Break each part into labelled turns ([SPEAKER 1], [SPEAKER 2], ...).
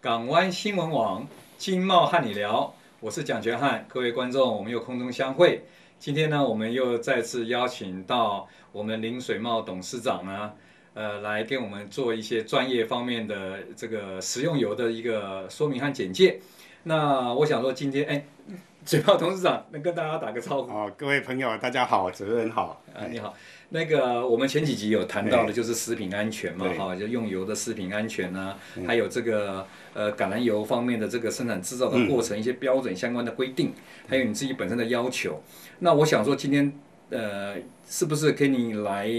[SPEAKER 1] 港湾新闻网金茂和你聊，我是蒋全汉，各位观众，我们又空中相会。今天呢，我们又再次邀请到我们林水茂董事长呢，呃，来跟我们做一些专业方面的这个食用油的一个说明和简介。那我想说，今天哎，水茂董事长能跟大家打个招呼。
[SPEAKER 2] 哦，各位朋友，大家好，主任好。
[SPEAKER 1] 啊，你好，那个我们前几集有谈到的就是食品安全嘛，
[SPEAKER 2] 对
[SPEAKER 1] 哈，就用油的食品安全啊，还有这个呃橄榄油方面的这个生产制造的过程、一些标准相关的规定，还有你自己本身的要求。那我想说今天呃，是不是跟你来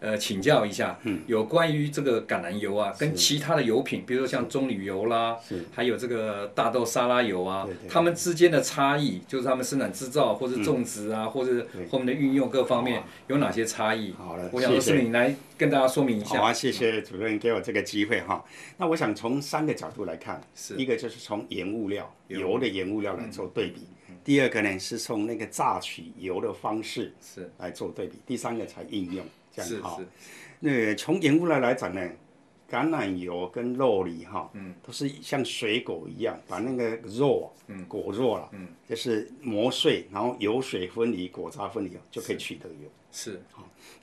[SPEAKER 1] 呃请教一下，
[SPEAKER 2] 嗯
[SPEAKER 1] 有关于这个橄榄油啊，跟其他的油品，比如说像棕榈油啦，还有这个大豆沙拉油啊
[SPEAKER 2] 对对，嗯
[SPEAKER 1] 它们之间的差异，就是它们生产制造或是种植啊，或是后面的运用各方面有哪些差异？
[SPEAKER 2] 啊好了
[SPEAKER 1] 我想说
[SPEAKER 2] 谢谢
[SPEAKER 1] 是不是你来跟大家说明一
[SPEAKER 2] 好
[SPEAKER 1] 下？
[SPEAKER 2] 啊，谢谢主任给我这个机会哈。那我想从三个角度来看，
[SPEAKER 1] 是
[SPEAKER 2] 一个就是从原物料油的嗯原物料来做对比，第二个呢是从那个榨取油的方式
[SPEAKER 1] 是
[SPEAKER 2] 来做对比，第三个才应用这
[SPEAKER 1] 是
[SPEAKER 2] 样哈。
[SPEAKER 1] 是
[SPEAKER 2] 那个从原物料来讲呢，橄榄油跟肉梨哈，嗯，都是像水果一样，把那个肉，嗯，果肉啦，嗯，就是磨碎，然后油水分离，果渣分离就可以取得油。
[SPEAKER 1] 是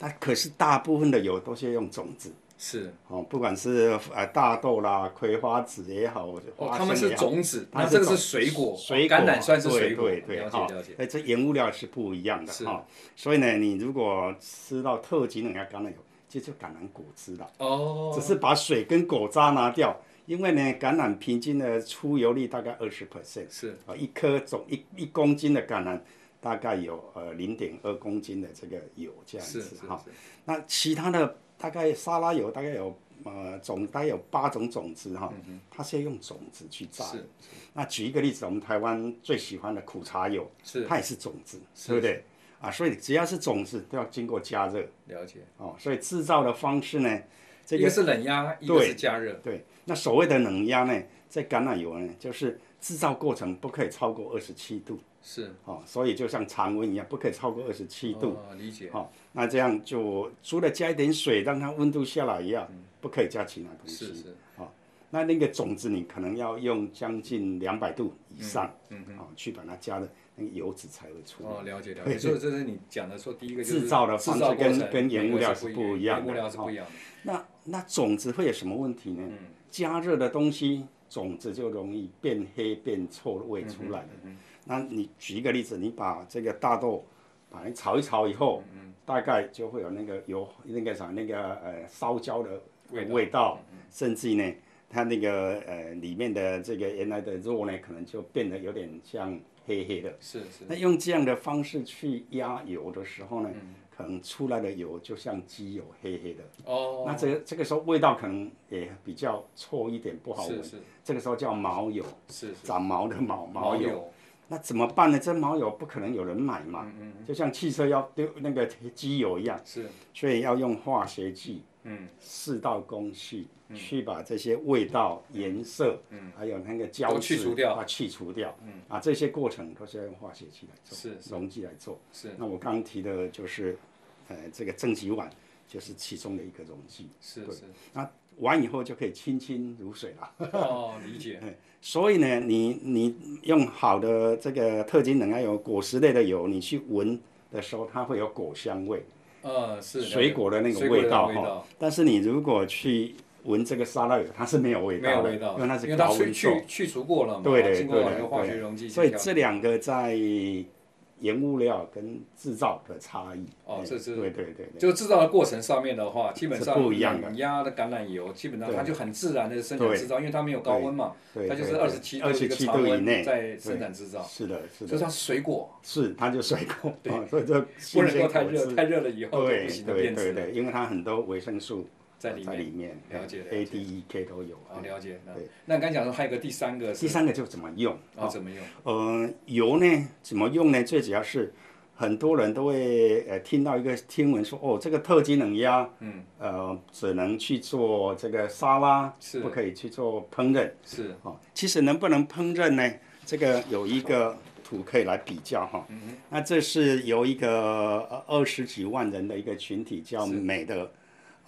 [SPEAKER 2] 那可是大部分的油都是用种子
[SPEAKER 1] 是，
[SPEAKER 2] 哦，不管是呃大豆啦、葵花籽也好，
[SPEAKER 1] 哦，
[SPEAKER 2] 花
[SPEAKER 1] 它们
[SPEAKER 2] 生
[SPEAKER 1] 是
[SPEAKER 2] 也好
[SPEAKER 1] 种子，
[SPEAKER 2] 它
[SPEAKER 1] 那
[SPEAKER 2] 是
[SPEAKER 1] 这个
[SPEAKER 2] 种
[SPEAKER 1] 是水果，哦
[SPEAKER 2] 水果
[SPEAKER 1] 橄榄算是
[SPEAKER 2] 对
[SPEAKER 1] 水果，
[SPEAKER 2] 对对，
[SPEAKER 1] 了
[SPEAKER 2] 哈
[SPEAKER 1] 解了解，
[SPEAKER 2] 那这原物料是不一样的
[SPEAKER 1] 是
[SPEAKER 2] 哈。所以呢，你如果吃到特级冷压橄榄油，这就橄榄果汁了，
[SPEAKER 1] 哦，
[SPEAKER 2] 只是把水跟果渣拿掉。因为呢，橄榄平均的出油率大概二十 percent，
[SPEAKER 1] 是
[SPEAKER 2] 啊，一颗总一一公斤的橄榄大概有呃零点二公斤的这个油这样
[SPEAKER 1] 是是
[SPEAKER 2] 子哈。
[SPEAKER 1] 是
[SPEAKER 2] 那其他的大概沙拉油大概有呃总大概有八种种子哈，它是要用种子去榨的
[SPEAKER 1] 嗯是。
[SPEAKER 2] 那举一个例子，我们台湾最喜欢的苦茶油，
[SPEAKER 1] 是
[SPEAKER 2] 它也是种子，
[SPEAKER 1] 是
[SPEAKER 2] 对不对？啊，所以只要是种子都要经过加热
[SPEAKER 1] 了解，
[SPEAKER 2] 哦，所以制造的方式呢，这
[SPEAKER 1] 一
[SPEAKER 2] 个
[SPEAKER 1] 个是冷压，一个
[SPEAKER 2] 对
[SPEAKER 1] 是加热，
[SPEAKER 2] 对。那所谓的冷压呢，在橄榄油呢，就是制造过程不可以超过二十七度
[SPEAKER 1] 是
[SPEAKER 2] 哦，所以就像常温一样，不可以超过二十七度。
[SPEAKER 1] 哦理解
[SPEAKER 2] 好、那这样就除了加一点水让它温度下来一样，不可以加其他东西。
[SPEAKER 1] 嗯
[SPEAKER 2] 哦
[SPEAKER 1] 是是。
[SPEAKER 2] 那那个种子你可能要用将近两百度以上，嗯哦，去把它加的那个油脂才会出来。
[SPEAKER 1] 哦，了解了解，所以这是你讲的说第一个就是
[SPEAKER 2] 制造的
[SPEAKER 1] 制
[SPEAKER 2] 方式
[SPEAKER 1] 造过
[SPEAKER 2] 跟
[SPEAKER 1] 程
[SPEAKER 2] 跟原物料
[SPEAKER 1] 是
[SPEAKER 2] 是
[SPEAKER 1] 不
[SPEAKER 2] 不一样
[SPEAKER 1] 原物
[SPEAKER 2] 的
[SPEAKER 1] 料是不一样的，
[SPEAKER 2] 那那种子会有什么问题呢？
[SPEAKER 1] 嗯
[SPEAKER 2] 加热的东西，种子就容易变黑变臭味出来了。
[SPEAKER 1] 嗯
[SPEAKER 2] 那你举一个例子，你把这个大豆，把它炒一炒以后，
[SPEAKER 1] 嗯
[SPEAKER 2] 大概就会有那个油那个啥那个呃烧焦的
[SPEAKER 1] 味道嗯
[SPEAKER 2] 味道，甚至呢，它那个呃里面的这个原来的肉呢，可能就变得有点像黑黑的。
[SPEAKER 1] 是是
[SPEAKER 2] 那用这样的方式去压油的时候呢，
[SPEAKER 1] 嗯
[SPEAKER 2] 可能出来的油就像鸡油黑黑的。
[SPEAKER 1] 哦，
[SPEAKER 2] 那这个这个时候味道可能也比较臭一点，不好
[SPEAKER 1] 是
[SPEAKER 2] 闻。
[SPEAKER 1] 是
[SPEAKER 2] 这个时候叫毛油，
[SPEAKER 1] 是是
[SPEAKER 2] 长毛的毛毛油。
[SPEAKER 1] 油
[SPEAKER 2] 那怎么办呢？这毛油不可能有人买嘛，
[SPEAKER 1] 嗯
[SPEAKER 2] 就像汽车要丢那个机油一样，
[SPEAKER 1] 是
[SPEAKER 2] 所以要用化学剂，
[SPEAKER 1] 嗯，
[SPEAKER 2] 四道工序、去把这些味道、颜色，嗯，还有那个胶
[SPEAKER 1] 都去
[SPEAKER 2] 质
[SPEAKER 1] 除掉
[SPEAKER 2] 把它去除掉，嗯，啊，这些过程都是要用化学剂来做，
[SPEAKER 1] 是
[SPEAKER 2] 溶剂来做。
[SPEAKER 1] 是
[SPEAKER 2] 那我刚刚提的就是，呃，这个正极烷就是其中的一个溶剂。
[SPEAKER 1] 是是
[SPEAKER 2] 那完以后就可以清清如水了。
[SPEAKER 1] 哦，理解
[SPEAKER 2] 所以呢，你你用好的这个特金冷压油、果实类的油，你去闻的时候，它会有果香味，
[SPEAKER 1] 呃是了解
[SPEAKER 2] 水果的那
[SPEAKER 1] 水
[SPEAKER 2] 个
[SPEAKER 1] 果的
[SPEAKER 2] 味道
[SPEAKER 1] 味
[SPEAKER 2] 哈。但是你如果去闻这个沙拉油，它是没有味
[SPEAKER 1] 没
[SPEAKER 2] 道
[SPEAKER 1] 有
[SPEAKER 2] 的，
[SPEAKER 1] 味道，
[SPEAKER 2] 因为它
[SPEAKER 1] 因为
[SPEAKER 2] 是
[SPEAKER 1] 它
[SPEAKER 2] 高
[SPEAKER 1] 去
[SPEAKER 2] 温做。
[SPEAKER 1] 去去除过了嘛，
[SPEAKER 2] 对对
[SPEAKER 1] 经过
[SPEAKER 2] 对
[SPEAKER 1] 了一
[SPEAKER 2] 的
[SPEAKER 1] 个化学溶剂
[SPEAKER 2] 对，
[SPEAKER 1] 去
[SPEAKER 2] 所以
[SPEAKER 1] 调
[SPEAKER 2] 这两个在原物料跟制造的差异。
[SPEAKER 1] 哦
[SPEAKER 2] 哎
[SPEAKER 1] 这是
[SPEAKER 2] 对对对对。
[SPEAKER 1] 就制造的过程上面的话，基本上
[SPEAKER 2] 是不一样的
[SPEAKER 1] 冷压的橄榄油，基本上
[SPEAKER 2] 对
[SPEAKER 1] 它就很自然的生产制造，因为它没有高温嘛，
[SPEAKER 2] 对
[SPEAKER 1] 哦它
[SPEAKER 2] 对
[SPEAKER 1] 就是
[SPEAKER 2] 对
[SPEAKER 1] 二十七
[SPEAKER 2] 27
[SPEAKER 1] 的
[SPEAKER 2] 度
[SPEAKER 1] 常
[SPEAKER 2] 以
[SPEAKER 1] 温
[SPEAKER 2] 内
[SPEAKER 1] 在生产制造，
[SPEAKER 2] 是的，是
[SPEAKER 1] 所以
[SPEAKER 2] 的，
[SPEAKER 1] 它是水果
[SPEAKER 2] 是它就水果，
[SPEAKER 1] 对
[SPEAKER 2] 哦所以这
[SPEAKER 1] 不
[SPEAKER 2] 新
[SPEAKER 1] 能够
[SPEAKER 2] 鲜
[SPEAKER 1] 太
[SPEAKER 2] 果
[SPEAKER 1] 热，
[SPEAKER 2] 汁
[SPEAKER 1] 太热了以后就
[SPEAKER 2] 对
[SPEAKER 1] 不行的
[SPEAKER 2] 对
[SPEAKER 1] 变质
[SPEAKER 2] 对
[SPEAKER 1] 了。
[SPEAKER 2] 对，因为它很多维生素呃
[SPEAKER 1] 在里面
[SPEAKER 2] 在里面，
[SPEAKER 1] 了解了
[SPEAKER 2] ，A、
[SPEAKER 1] 解
[SPEAKER 2] D、E、K 都有。
[SPEAKER 1] 哦，了解。那
[SPEAKER 2] 对
[SPEAKER 1] 那刚才讲说还有个第三个
[SPEAKER 2] 第
[SPEAKER 1] 呃是
[SPEAKER 2] 三个就怎么用？
[SPEAKER 1] 哦，怎么用？
[SPEAKER 2] 呃，油呢怎么用呢？最主要是很多人都会呃听到一个听闻说，哦，这个特级冷压，嗯，呃，只能去做这个沙拉，
[SPEAKER 1] 是
[SPEAKER 2] 不可以去做烹饪。
[SPEAKER 1] 是
[SPEAKER 2] 哦，其实能不能烹饪呢？这个有一个图可以来比较哈。
[SPEAKER 1] 嗯
[SPEAKER 2] 那这是由一个呃二十几万人的一个群体叫美的，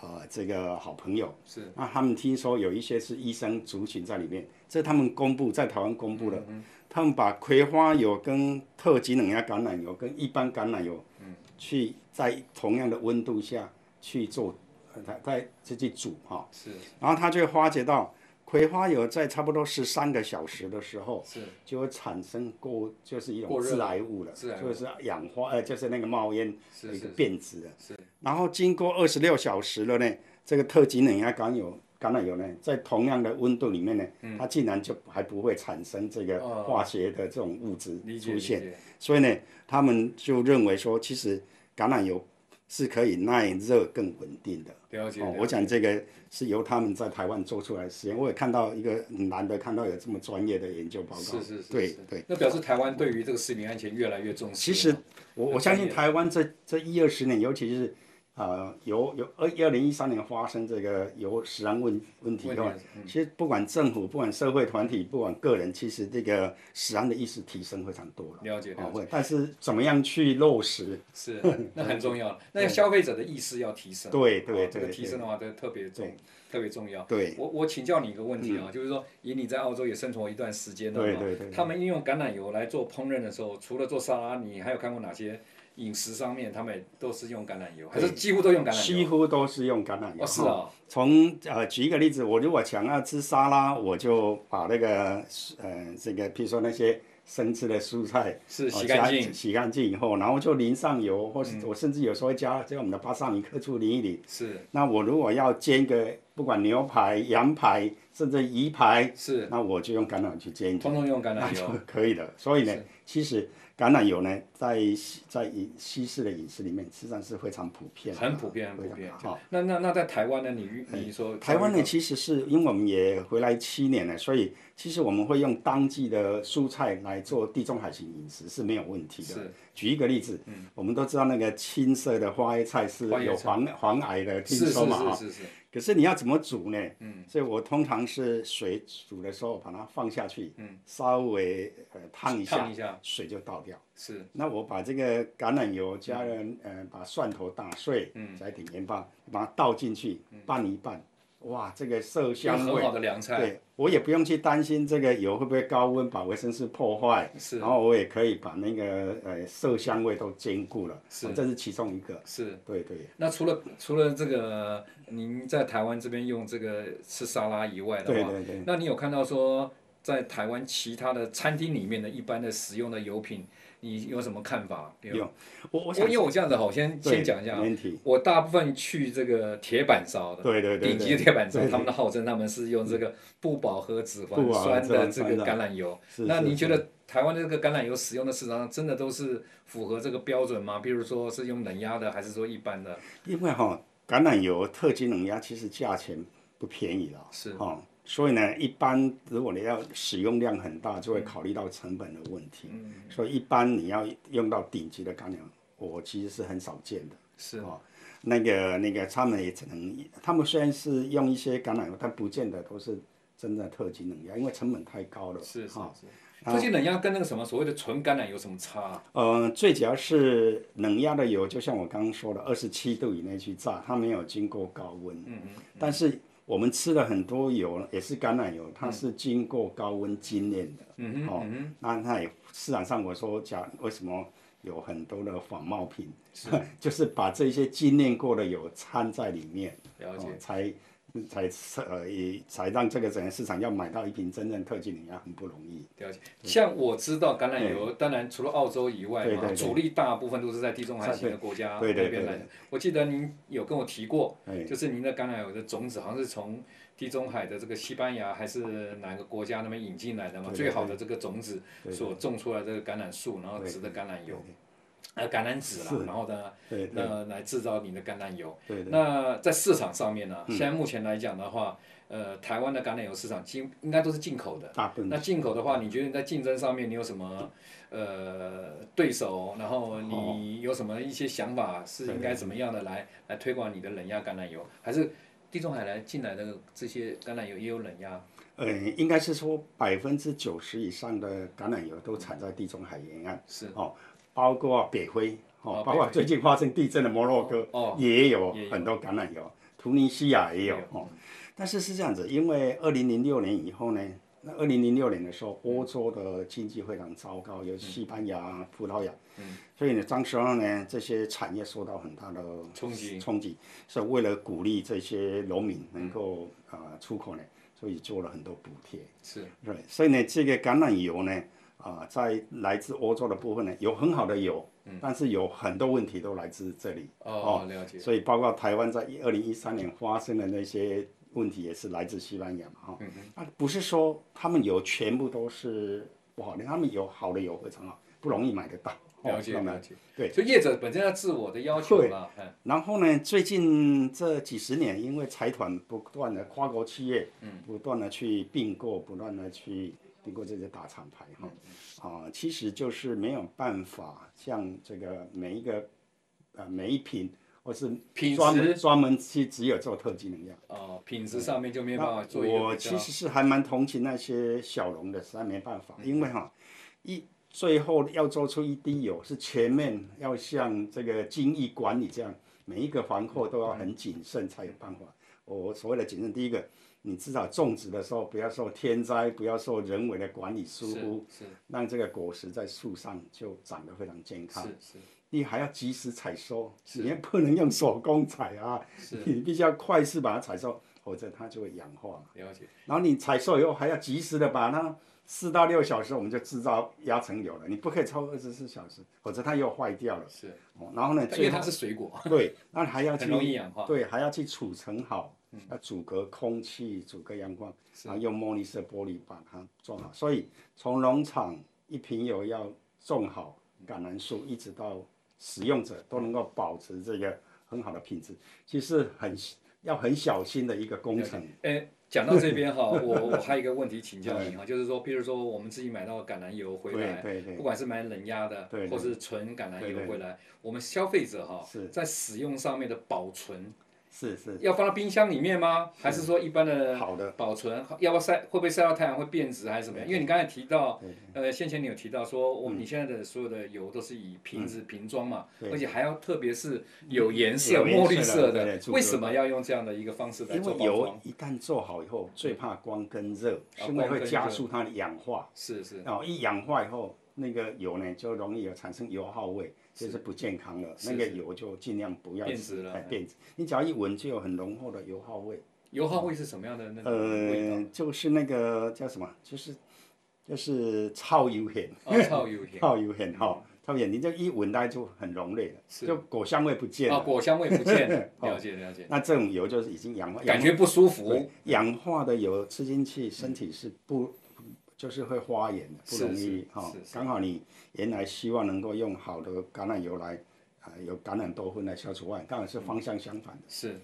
[SPEAKER 2] 呃，这个好朋友。
[SPEAKER 1] 是
[SPEAKER 2] 那他们听说有一些是医生族群在里面，这他们公布在台湾公布了，
[SPEAKER 1] 嗯
[SPEAKER 2] 他们把葵花油跟特级冷压橄榄油跟一般橄榄油，
[SPEAKER 1] 嗯
[SPEAKER 2] 去在同样的温度下去做，呃它在自己煮哈、
[SPEAKER 1] 是
[SPEAKER 2] 然后他就会发觉到葵花油在差不多十三个小时的时候，
[SPEAKER 1] 是
[SPEAKER 2] 就会产生过就是一
[SPEAKER 1] 过
[SPEAKER 2] 种
[SPEAKER 1] 热
[SPEAKER 2] 致癌物了，
[SPEAKER 1] 致癌物
[SPEAKER 2] 就是氧化呃就是那个冒烟
[SPEAKER 1] 是
[SPEAKER 2] 的一个
[SPEAKER 1] 是
[SPEAKER 2] 变质了。
[SPEAKER 1] 是
[SPEAKER 2] 然后经过二十六小时了呢，这个特级冷压橄榄油橄榄油呢，在同样的温度里面呢，它竟然就还不会产生这个
[SPEAKER 1] 嗯哦
[SPEAKER 2] 化学的这种物质
[SPEAKER 1] 理解
[SPEAKER 2] 出
[SPEAKER 1] 理
[SPEAKER 2] 现。
[SPEAKER 1] 解，
[SPEAKER 2] 所以呢，他们就认为说，其实橄榄油是可以耐热更稳定的。
[SPEAKER 1] 了解。
[SPEAKER 2] 哦
[SPEAKER 1] 了，
[SPEAKER 2] 我
[SPEAKER 1] 解
[SPEAKER 2] 讲这个是由他们在台湾做出来的实验，我也看到一个很难得看到有这么专业的研究报告。
[SPEAKER 1] 是是是，
[SPEAKER 2] 对
[SPEAKER 1] 是
[SPEAKER 2] 对。，
[SPEAKER 1] 那表示台湾对于这个食品安全越来越重视。
[SPEAKER 2] 其实我
[SPEAKER 1] 很
[SPEAKER 2] 我相信
[SPEAKER 1] 专业
[SPEAKER 2] 台湾这这一二十年，尤其是呃由由二二零一三年发生这个由食安问问题以后
[SPEAKER 1] 问题，嗯
[SPEAKER 2] 其实不管政府、不管社会团体、不管个人，其实这个食安的意识提升非常多了。
[SPEAKER 1] 了解了
[SPEAKER 2] 哦
[SPEAKER 1] 解，
[SPEAKER 2] 会，但是怎么样去落实？
[SPEAKER 1] 是那很重要了。那消费者的意识要提升，
[SPEAKER 2] 对对
[SPEAKER 1] 哦这个
[SPEAKER 2] 对
[SPEAKER 1] 提升的话，这特别重，特别重要。
[SPEAKER 2] 对
[SPEAKER 1] 我我请教你一个问题啊，就是说，以你在澳洲也生活一段时间了
[SPEAKER 2] 对
[SPEAKER 1] 嘛
[SPEAKER 2] 对对，
[SPEAKER 1] 他们应用橄榄油来做烹饪的时候，除了做沙拉，你还有看过哪些饮食上面他们都是用橄榄油，还是几乎都用橄榄
[SPEAKER 2] 几
[SPEAKER 1] 油？
[SPEAKER 2] 乎都是用橄榄油。
[SPEAKER 1] 哦，是啊，
[SPEAKER 2] 从呃举一个例子，我如果想要吃沙拉，我就把那个呃这个，譬如说那些生吃的蔬菜
[SPEAKER 1] 是
[SPEAKER 2] 哦
[SPEAKER 1] 洗干净嗯
[SPEAKER 2] 加洗干净以后，然后就淋上油，或是我甚至有时候会加加我们的巴萨米克醋淋一淋。
[SPEAKER 1] 是
[SPEAKER 2] 那我如果要煎个不管牛排、羊排，甚至鱼排，
[SPEAKER 1] 是，
[SPEAKER 2] 那我就用橄榄油去煎一煎
[SPEAKER 1] 通通用橄
[SPEAKER 2] 那
[SPEAKER 1] 榄
[SPEAKER 2] 就
[SPEAKER 1] 油。
[SPEAKER 2] 可以了。所以呢，其实橄榄油呢，在西在饮西式的饮食里面，实际上是非常普遍的，
[SPEAKER 1] 很普遍，很普
[SPEAKER 2] 非
[SPEAKER 1] 遍
[SPEAKER 2] 常。好。
[SPEAKER 1] 就那那那在台湾呢？你遇你说
[SPEAKER 2] 台湾
[SPEAKER 1] 的
[SPEAKER 2] 呢，其实是因为我们也回来七年了，所以其实我们会用当季的蔬菜来做地中海型饮食是没有问题的
[SPEAKER 1] 是。嗯
[SPEAKER 2] 举一个例子，我们都知道那个青色的花椰菜是
[SPEAKER 1] 花椰
[SPEAKER 2] 有防防癌的，听
[SPEAKER 1] 是是
[SPEAKER 2] 说嘛
[SPEAKER 1] 是
[SPEAKER 2] 哈。
[SPEAKER 1] 是是
[SPEAKER 2] 可是你要怎么煮呢？嗯，所以我通常是水煮的时候把它放下去，嗯，稍微呃烫一下
[SPEAKER 1] 烫一下，
[SPEAKER 2] 水就倒掉。
[SPEAKER 1] 是
[SPEAKER 2] 那我把这个橄榄油加了，呃，把蒜头打碎，
[SPEAKER 1] 嗯
[SPEAKER 2] 加一点盐巴，把它倒进去，拌一拌，哇，这个麝
[SPEAKER 1] 一个
[SPEAKER 2] 香
[SPEAKER 1] 很
[SPEAKER 2] 味
[SPEAKER 1] 好，的凉菜，
[SPEAKER 2] 对我也不用去担心这个油会不会高温把维生素破坏，
[SPEAKER 1] 是
[SPEAKER 2] 然后我也可以把那个呃麝香味都兼顾了，
[SPEAKER 1] 是
[SPEAKER 2] 哦这是其中一个，
[SPEAKER 1] 是。
[SPEAKER 2] 对对，
[SPEAKER 1] 那除了除了这个，您在台湾这边用这个吃沙拉以外的话，
[SPEAKER 2] 对对对
[SPEAKER 1] 那你有看到说在台湾其他的餐厅里面的一般的使用的油品，你有什么看法？比如
[SPEAKER 2] 有，我我
[SPEAKER 1] 我
[SPEAKER 2] 想
[SPEAKER 1] 因为我这样子哈，我先
[SPEAKER 2] 对
[SPEAKER 1] 先讲一下啊
[SPEAKER 2] 没，问题，
[SPEAKER 1] 我大部分去这个铁板烧的，
[SPEAKER 2] 对对对
[SPEAKER 1] 顶级
[SPEAKER 2] 对，
[SPEAKER 1] 的铁板烧，
[SPEAKER 2] 对
[SPEAKER 1] 他们的号称他们是用这个不饱和脂肪
[SPEAKER 2] 不饱和
[SPEAKER 1] 酸的这
[SPEAKER 2] 脂肪
[SPEAKER 1] 个
[SPEAKER 2] 酸的
[SPEAKER 1] 橄榄油。
[SPEAKER 2] 是
[SPEAKER 1] 那
[SPEAKER 2] 是
[SPEAKER 1] 你
[SPEAKER 2] 是
[SPEAKER 1] 觉得台湾的这个橄榄油使用的市场上真的都是符合这个标准吗？比如说是用冷压的，还是说一般的？
[SPEAKER 2] 因为哈、橄榄油特级冷压其实价钱不便宜了，
[SPEAKER 1] 是
[SPEAKER 2] 哦，所以呢，一般如果你要使用量很大，就会考虑到成本的问题，
[SPEAKER 1] 嗯
[SPEAKER 2] 所以一般你要用到顶级的橄榄油，我其实是很少见的。
[SPEAKER 1] 是
[SPEAKER 2] 哦，那个那个他们也只能，他们虽然是用一些橄榄油，但不见得都是真的特级冷压，因为成本太高了。
[SPEAKER 1] 是是
[SPEAKER 2] 哦
[SPEAKER 1] 是，这些冷压跟那个什么所谓的纯橄榄有什么差啊？
[SPEAKER 2] 呃，最主要是冷压的油，就像我刚刚说的，二十七度以内去炸，它没有经过高温。嗯但是我们吃了很多油，也是橄榄油，它是经过高温精炼的。嗯哦，那它也市场上我说讲为什么有很多的仿冒品， 就是把这些精炼过的油掺在里面，
[SPEAKER 1] 了
[SPEAKER 2] 哦、才。才呃，也才让这个整个市场要买到一瓶真正特级冷压很不容易。
[SPEAKER 1] 了解。像我知道橄榄油，当然除了澳洲以外
[SPEAKER 2] 对
[SPEAKER 1] 嘛，
[SPEAKER 2] 对对
[SPEAKER 1] 主力大部分都是在地中海
[SPEAKER 2] 在
[SPEAKER 1] 型的国家那
[SPEAKER 2] 对对
[SPEAKER 1] 边
[SPEAKER 2] 对
[SPEAKER 1] 来的。我记得您有跟我提过
[SPEAKER 2] 哎，
[SPEAKER 1] 就是您的橄榄油的种子好像是从地中海的这个西班牙还是哪个国家那边引进来的嘛，
[SPEAKER 2] 对对
[SPEAKER 1] 最好的这个种子
[SPEAKER 2] 对对
[SPEAKER 1] 所种出来的这个橄榄树，然后植的橄榄油，呃，橄榄籽啦，
[SPEAKER 2] 是
[SPEAKER 1] 然后呢，
[SPEAKER 2] 对对
[SPEAKER 1] 那来制造你的橄榄油。
[SPEAKER 2] 对嗯对
[SPEAKER 1] 那在市场上面呢，现在目前来讲的话，呃，台湾的橄榄油市场进应该都是进口的。
[SPEAKER 2] 大部分
[SPEAKER 1] 那进口的话，你觉得在竞争上面你有什么呃对手？然后你有什么一些想法是应该怎么样的来来推广你的冷压橄榄油？还是地中海来进来的这些橄榄油也有冷压？
[SPEAKER 2] 呃，应该是说百分之九十以上的橄榄油都产在地中海沿岸，
[SPEAKER 1] 是
[SPEAKER 2] 哦，包括北非，
[SPEAKER 1] 哦
[SPEAKER 2] 哦，
[SPEAKER 1] 北
[SPEAKER 2] 包括最近发生地震的摩洛哥，
[SPEAKER 1] 哦
[SPEAKER 2] 也有
[SPEAKER 1] 也有
[SPEAKER 2] 很多橄榄油，突尼西亚也有
[SPEAKER 1] 也有
[SPEAKER 2] 哦。但是是这样子，因为二零零六年以后呢，那二零零六年的时候，欧洲的经济非常糟糕，
[SPEAKER 1] 嗯
[SPEAKER 2] 有西班牙、葡萄牙，所以呢，当时候呢，这些产业受到很大的
[SPEAKER 1] 冲击
[SPEAKER 2] 冲击，所以为了鼓励这些农民能够
[SPEAKER 1] 嗯
[SPEAKER 2] 啊、呃出口呢，所以做了很多补贴。
[SPEAKER 1] 是
[SPEAKER 2] 对，所以呢，这个橄榄油呢，啊、在来自欧洲的部分呢，有很好的油，
[SPEAKER 1] 嗯
[SPEAKER 2] 但是有很多问题都来自这里。
[SPEAKER 1] 哦，了解，
[SPEAKER 2] 所以包括台湾在二零一三年发生的那些问题，也是来自西班牙嘛，哈、
[SPEAKER 1] 嗯
[SPEAKER 2] 那不是说他们有全部都是不好的，他们有好的有非常好，不容易买得到。哦
[SPEAKER 1] 了解，
[SPEAKER 2] 那么
[SPEAKER 1] 了解。
[SPEAKER 2] 对，
[SPEAKER 1] 所以业者本身要自我的要求啦，嗯
[SPEAKER 2] 然后呢，最近这几十年，因为财团不断的跨国企业，
[SPEAKER 1] 嗯
[SPEAKER 2] 不断的去并购，不断的去并购这些大厂牌哈，
[SPEAKER 1] 嗯
[SPEAKER 2] 啊、其实就是没有办法像这个每一个呃每一品或是
[SPEAKER 1] 品
[SPEAKER 2] 专门
[SPEAKER 1] 质
[SPEAKER 2] 专门去只有做特技能量。
[SPEAKER 1] 哦，品质上面就没有办法做一个
[SPEAKER 2] 我
[SPEAKER 1] 比较
[SPEAKER 2] 其实是还蛮同情那些小农的，实在没办法，
[SPEAKER 1] 嗯
[SPEAKER 2] 因为哈，一最后要做出一滴油，是前面要像这个精益管理这样，每一个防控都要很谨慎才有办法。我所谓的谨慎，第一个，你至少种植的时候不要受天灾，不要受人为的管理疏忽，
[SPEAKER 1] 是
[SPEAKER 2] 让这个果实在树上就长得非常健康。
[SPEAKER 1] 是是
[SPEAKER 2] 你还要及时采收，你也不能用手工采啊，你必须要快速把它采收，否则它就会氧化。
[SPEAKER 1] 是，了解，
[SPEAKER 2] 然后你采收以后还要及时的把它四到六小时，我们就制造压成油了，你不可以超过二十四小时，否则它又坏掉了。
[SPEAKER 1] 是，
[SPEAKER 2] 哦，然后呢，
[SPEAKER 1] 因为
[SPEAKER 2] 最后
[SPEAKER 1] 它是水果，
[SPEAKER 2] 对，那还要去
[SPEAKER 1] 很容易氧化嗯
[SPEAKER 2] 对，还要去储存好，要阻隔空气、阻隔阳光，然后用莫尼色玻璃把它种好。所以从农场一瓶油要种好橄榄树，一直到使用者都能够保持这个很好的品质，其实很要很小心的一个工程。
[SPEAKER 1] 哎，讲到这边哈， 我我还有一个问题请教你哈，就是说，比如说我们自己买到橄榄油回来，
[SPEAKER 2] 对对对
[SPEAKER 1] 不管是买冷压的，
[SPEAKER 2] 对对
[SPEAKER 1] 或是纯橄榄
[SPEAKER 2] 对
[SPEAKER 1] 油
[SPEAKER 2] 对
[SPEAKER 1] 回来，我们消费者哈
[SPEAKER 2] 是，
[SPEAKER 1] 在使用上面的保存，
[SPEAKER 2] 是是。
[SPEAKER 1] 要放到冰箱里面吗？还是说一般的
[SPEAKER 2] 好的
[SPEAKER 1] 保存，要不要晒？会不会晒到太阳会变质还是怎么样？因为你刚才提到，呃，先前你有提到说，我们你现在的所有的油都是以瓶子瓶装嘛，
[SPEAKER 2] 嗯对
[SPEAKER 1] 而且还要特别是有颜色、
[SPEAKER 2] 有颜色
[SPEAKER 1] 墨绿色
[SPEAKER 2] 的对
[SPEAKER 1] 的
[SPEAKER 2] 对，对
[SPEAKER 1] 为什么要用这样的一个方式来
[SPEAKER 2] 因
[SPEAKER 1] 做
[SPEAKER 2] 为
[SPEAKER 1] 包装？
[SPEAKER 2] 油一旦做好以后，最怕光跟热，
[SPEAKER 1] 啊
[SPEAKER 2] 是因为会加速它的氧化。
[SPEAKER 1] 是是
[SPEAKER 2] 哦，一氧化以后，那个油呢就容易有产生油耗味，这是不健康的。
[SPEAKER 1] 是
[SPEAKER 2] 那个油就尽量不要
[SPEAKER 1] 变
[SPEAKER 2] 吃
[SPEAKER 1] 质了嗯
[SPEAKER 2] 哎变质。你只要一闻就有很浓厚的油耗味，
[SPEAKER 1] 油耗会是什么样的那种味道？啊
[SPEAKER 2] 呃，就是那个叫什么，就是就是超油盐，
[SPEAKER 1] 哦，超油嗯盐
[SPEAKER 2] 超油盐哈，超油盐，你就一闻它就很浓烈了，就果香味不见
[SPEAKER 1] 啊，
[SPEAKER 2] 了。
[SPEAKER 1] 果香味不见 了，了解了解，
[SPEAKER 2] 那这种油就是已经氧化，
[SPEAKER 1] 感觉不舒
[SPEAKER 2] 对
[SPEAKER 1] 服，
[SPEAKER 2] 氧化的油吃进去，身体是不就是会发炎的，不
[SPEAKER 1] 是
[SPEAKER 2] 容
[SPEAKER 1] 是
[SPEAKER 2] 易哈
[SPEAKER 1] 是。是
[SPEAKER 2] 刚好你原来希望能够用好的橄榄油来，啊、有橄榄多酚来消除外，当然是方向相反的。
[SPEAKER 1] 是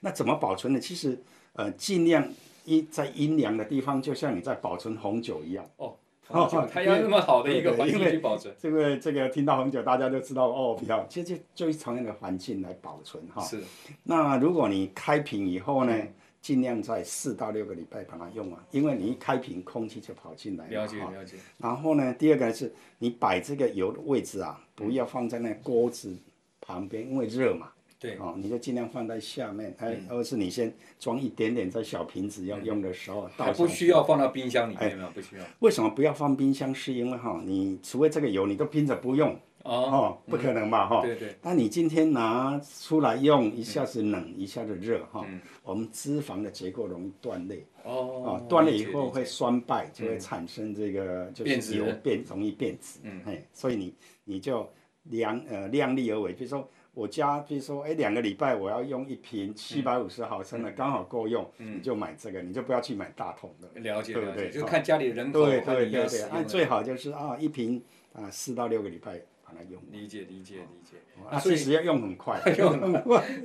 [SPEAKER 2] 那怎么保存呢？其实呃，尽量一在阴凉的地方，就像你在保存红酒一样。
[SPEAKER 1] 哦，
[SPEAKER 2] 哦
[SPEAKER 1] 它要那么好的一个
[SPEAKER 2] 对对
[SPEAKER 1] 环境
[SPEAKER 2] 因为
[SPEAKER 1] 去保存，
[SPEAKER 2] 这个这个听到红酒，大家就知道哦，比较其实就就是同样的环境来保存哈。
[SPEAKER 1] 是
[SPEAKER 2] 那如果你开瓶以后呢，
[SPEAKER 1] 嗯
[SPEAKER 2] 尽量在四到六个礼拜把它用完，因为你一开瓶，空气就跑进来
[SPEAKER 1] 了
[SPEAKER 2] 了
[SPEAKER 1] 解
[SPEAKER 2] 哈。
[SPEAKER 1] 了解，
[SPEAKER 2] 然后呢，第二个是你摆这个油的位置啊，
[SPEAKER 1] 嗯
[SPEAKER 2] 不要放在那锅子旁边，因为热嘛。
[SPEAKER 1] 对嗯
[SPEAKER 2] 哦，你就尽量放在下面，哎，或是你先装一点点在小瓶子要用的时候啊倒哎
[SPEAKER 1] 还
[SPEAKER 2] 下
[SPEAKER 1] 不
[SPEAKER 2] 去。
[SPEAKER 1] 需要放到冰箱里面吗？不需要
[SPEAKER 2] 为什么不要放冰箱？是因为哈，你除非这个油你都拼着不用
[SPEAKER 1] 哦，
[SPEAKER 2] 哦，不可能嘛哈。
[SPEAKER 1] 对对，
[SPEAKER 2] 那你今天拿出来用，一下子冷，一下子热哈，我们脂肪的结构容易断裂啊
[SPEAKER 1] 嗯哦，，
[SPEAKER 2] 断裂
[SPEAKER 1] 理
[SPEAKER 2] 以
[SPEAKER 1] 解
[SPEAKER 2] 后
[SPEAKER 1] 理解嗯
[SPEAKER 2] 会酸败，就会产生这个就
[SPEAKER 1] 变质嗯
[SPEAKER 2] 是油变容易变质，哎，所以你你就量呃量力而为，比如说。我家比如说，哎，两个礼拜我要用一
[SPEAKER 1] 嗯
[SPEAKER 2] 瓶七百五十毫升的，刚好够用，你就买这个，你就不要去买大桶的。
[SPEAKER 1] 了解
[SPEAKER 2] 对不
[SPEAKER 1] 了解，
[SPEAKER 2] 对
[SPEAKER 1] 就
[SPEAKER 2] 哦
[SPEAKER 1] 看家里人口
[SPEAKER 2] 对
[SPEAKER 1] 和
[SPEAKER 2] 对
[SPEAKER 1] 你
[SPEAKER 2] 对
[SPEAKER 1] 要
[SPEAKER 2] 对
[SPEAKER 1] 使，
[SPEAKER 2] 那
[SPEAKER 1] 用的，
[SPEAKER 2] 最好就是啊，一瓶啊四到六个礼拜把它用完，
[SPEAKER 1] 理解理解理解。
[SPEAKER 2] 啊，
[SPEAKER 1] 所以
[SPEAKER 2] 其实要用 很快，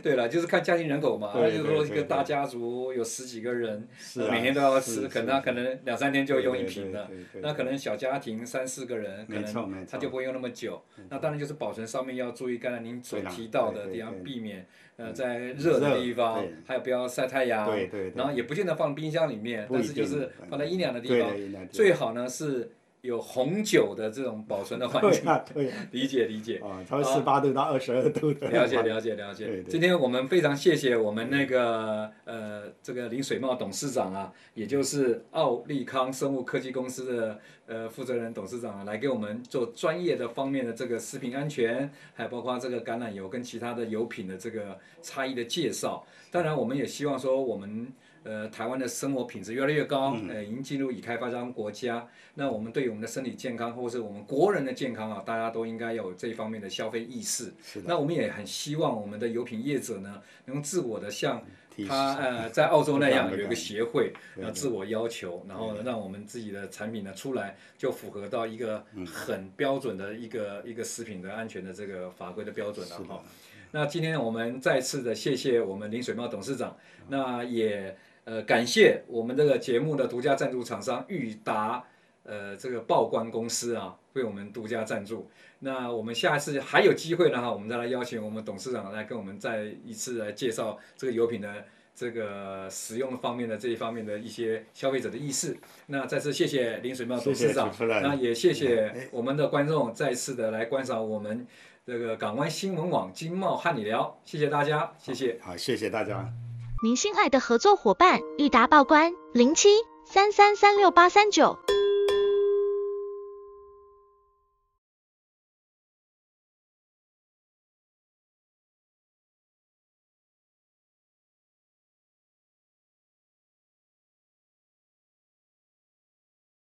[SPEAKER 1] 对了，就是看家庭人口嘛，啊
[SPEAKER 2] 对
[SPEAKER 1] 就是
[SPEAKER 2] 对
[SPEAKER 1] 说
[SPEAKER 2] 对
[SPEAKER 1] 一个大
[SPEAKER 2] 对
[SPEAKER 1] 家族有十几个人，呃
[SPEAKER 2] 是啊
[SPEAKER 1] 每天都要
[SPEAKER 2] 是
[SPEAKER 1] 吃，
[SPEAKER 2] 是
[SPEAKER 1] 可能他可能两三天就用一瓶了
[SPEAKER 2] 对对对。对对
[SPEAKER 1] 那可能小家庭三四个人，可
[SPEAKER 2] 没错没
[SPEAKER 1] 能
[SPEAKER 2] 错
[SPEAKER 1] 他就不会用那么久。那当然就是保存上面要注意，刚才您所
[SPEAKER 2] 对啦
[SPEAKER 1] 提到的
[SPEAKER 2] 对对
[SPEAKER 1] 地方，
[SPEAKER 2] 对嗯
[SPEAKER 1] 避免呃在热的
[SPEAKER 2] 热
[SPEAKER 1] 地方
[SPEAKER 2] 对，
[SPEAKER 1] 还有不要晒太阳，
[SPEAKER 2] 对对对
[SPEAKER 1] 然后也不见得放冰箱里面，
[SPEAKER 2] 不
[SPEAKER 1] 但
[SPEAKER 2] 一
[SPEAKER 1] 是就
[SPEAKER 2] 定
[SPEAKER 1] 是
[SPEAKER 2] 嗯
[SPEAKER 1] 放在阴凉的地
[SPEAKER 2] 对
[SPEAKER 1] 方
[SPEAKER 2] 的阴凉，地
[SPEAKER 1] 最好呢是。有红酒的这种保存的环
[SPEAKER 2] 对
[SPEAKER 1] 境。
[SPEAKER 2] 啊，对啊，
[SPEAKER 1] 理解理解，
[SPEAKER 2] 啊，它会十八度到二十二度的。
[SPEAKER 1] 了解了解了
[SPEAKER 2] 对
[SPEAKER 1] 解
[SPEAKER 2] 对。
[SPEAKER 1] 今天我们非常谢谢我们那个呃这个林水茂董事长啊，也就是奥利康生物科技公司的呃负责人董事长啊，来给我们做专业的方面的这个食品安全，还有包括这个橄榄油跟其他的油品的这个差异的介绍。当然，我们也希望说我们。呃，台湾的生活品质越来越高，
[SPEAKER 2] 嗯
[SPEAKER 1] 呃，已经进入已开发商国家。那我们对于我们的身体健康，或是我们国人的健康啊，大家都应该有这一方面的消费意识。那我们也很希望我们的油品业者呢，能够自我的像
[SPEAKER 2] 提
[SPEAKER 1] 他呃在澳洲那
[SPEAKER 2] 不敢不
[SPEAKER 1] 样
[SPEAKER 2] 敢
[SPEAKER 1] 有一个协会，要自我要求，然后呢让我们自己的产品呢出来就符合到一个很标准的一个一个食品的安全的这个法规的标准了哈。那今天我们再次的谢谢我们林水茂董事长，那也呃感谢我们这个节目的独家赞助厂商裕达。呃，这个报关公司啊，为我们独家赞助。那我们下次还有机会呢哈，我们再来邀请我们董事长来跟我们再一次来介绍这个油品的这个使用方面的这一方面的一些消费者的意识。那再次谢谢林水茂董事长，
[SPEAKER 2] 谢谢主持人哎
[SPEAKER 1] 那也谢谢我们的观众再次的来观赏我们这个港湾新闻网经贸和你聊，谢谢大家，谢谢。
[SPEAKER 2] 好，谢谢大家。
[SPEAKER 3] 您心爱的合作伙伴裕达报关零七三三三六八三九。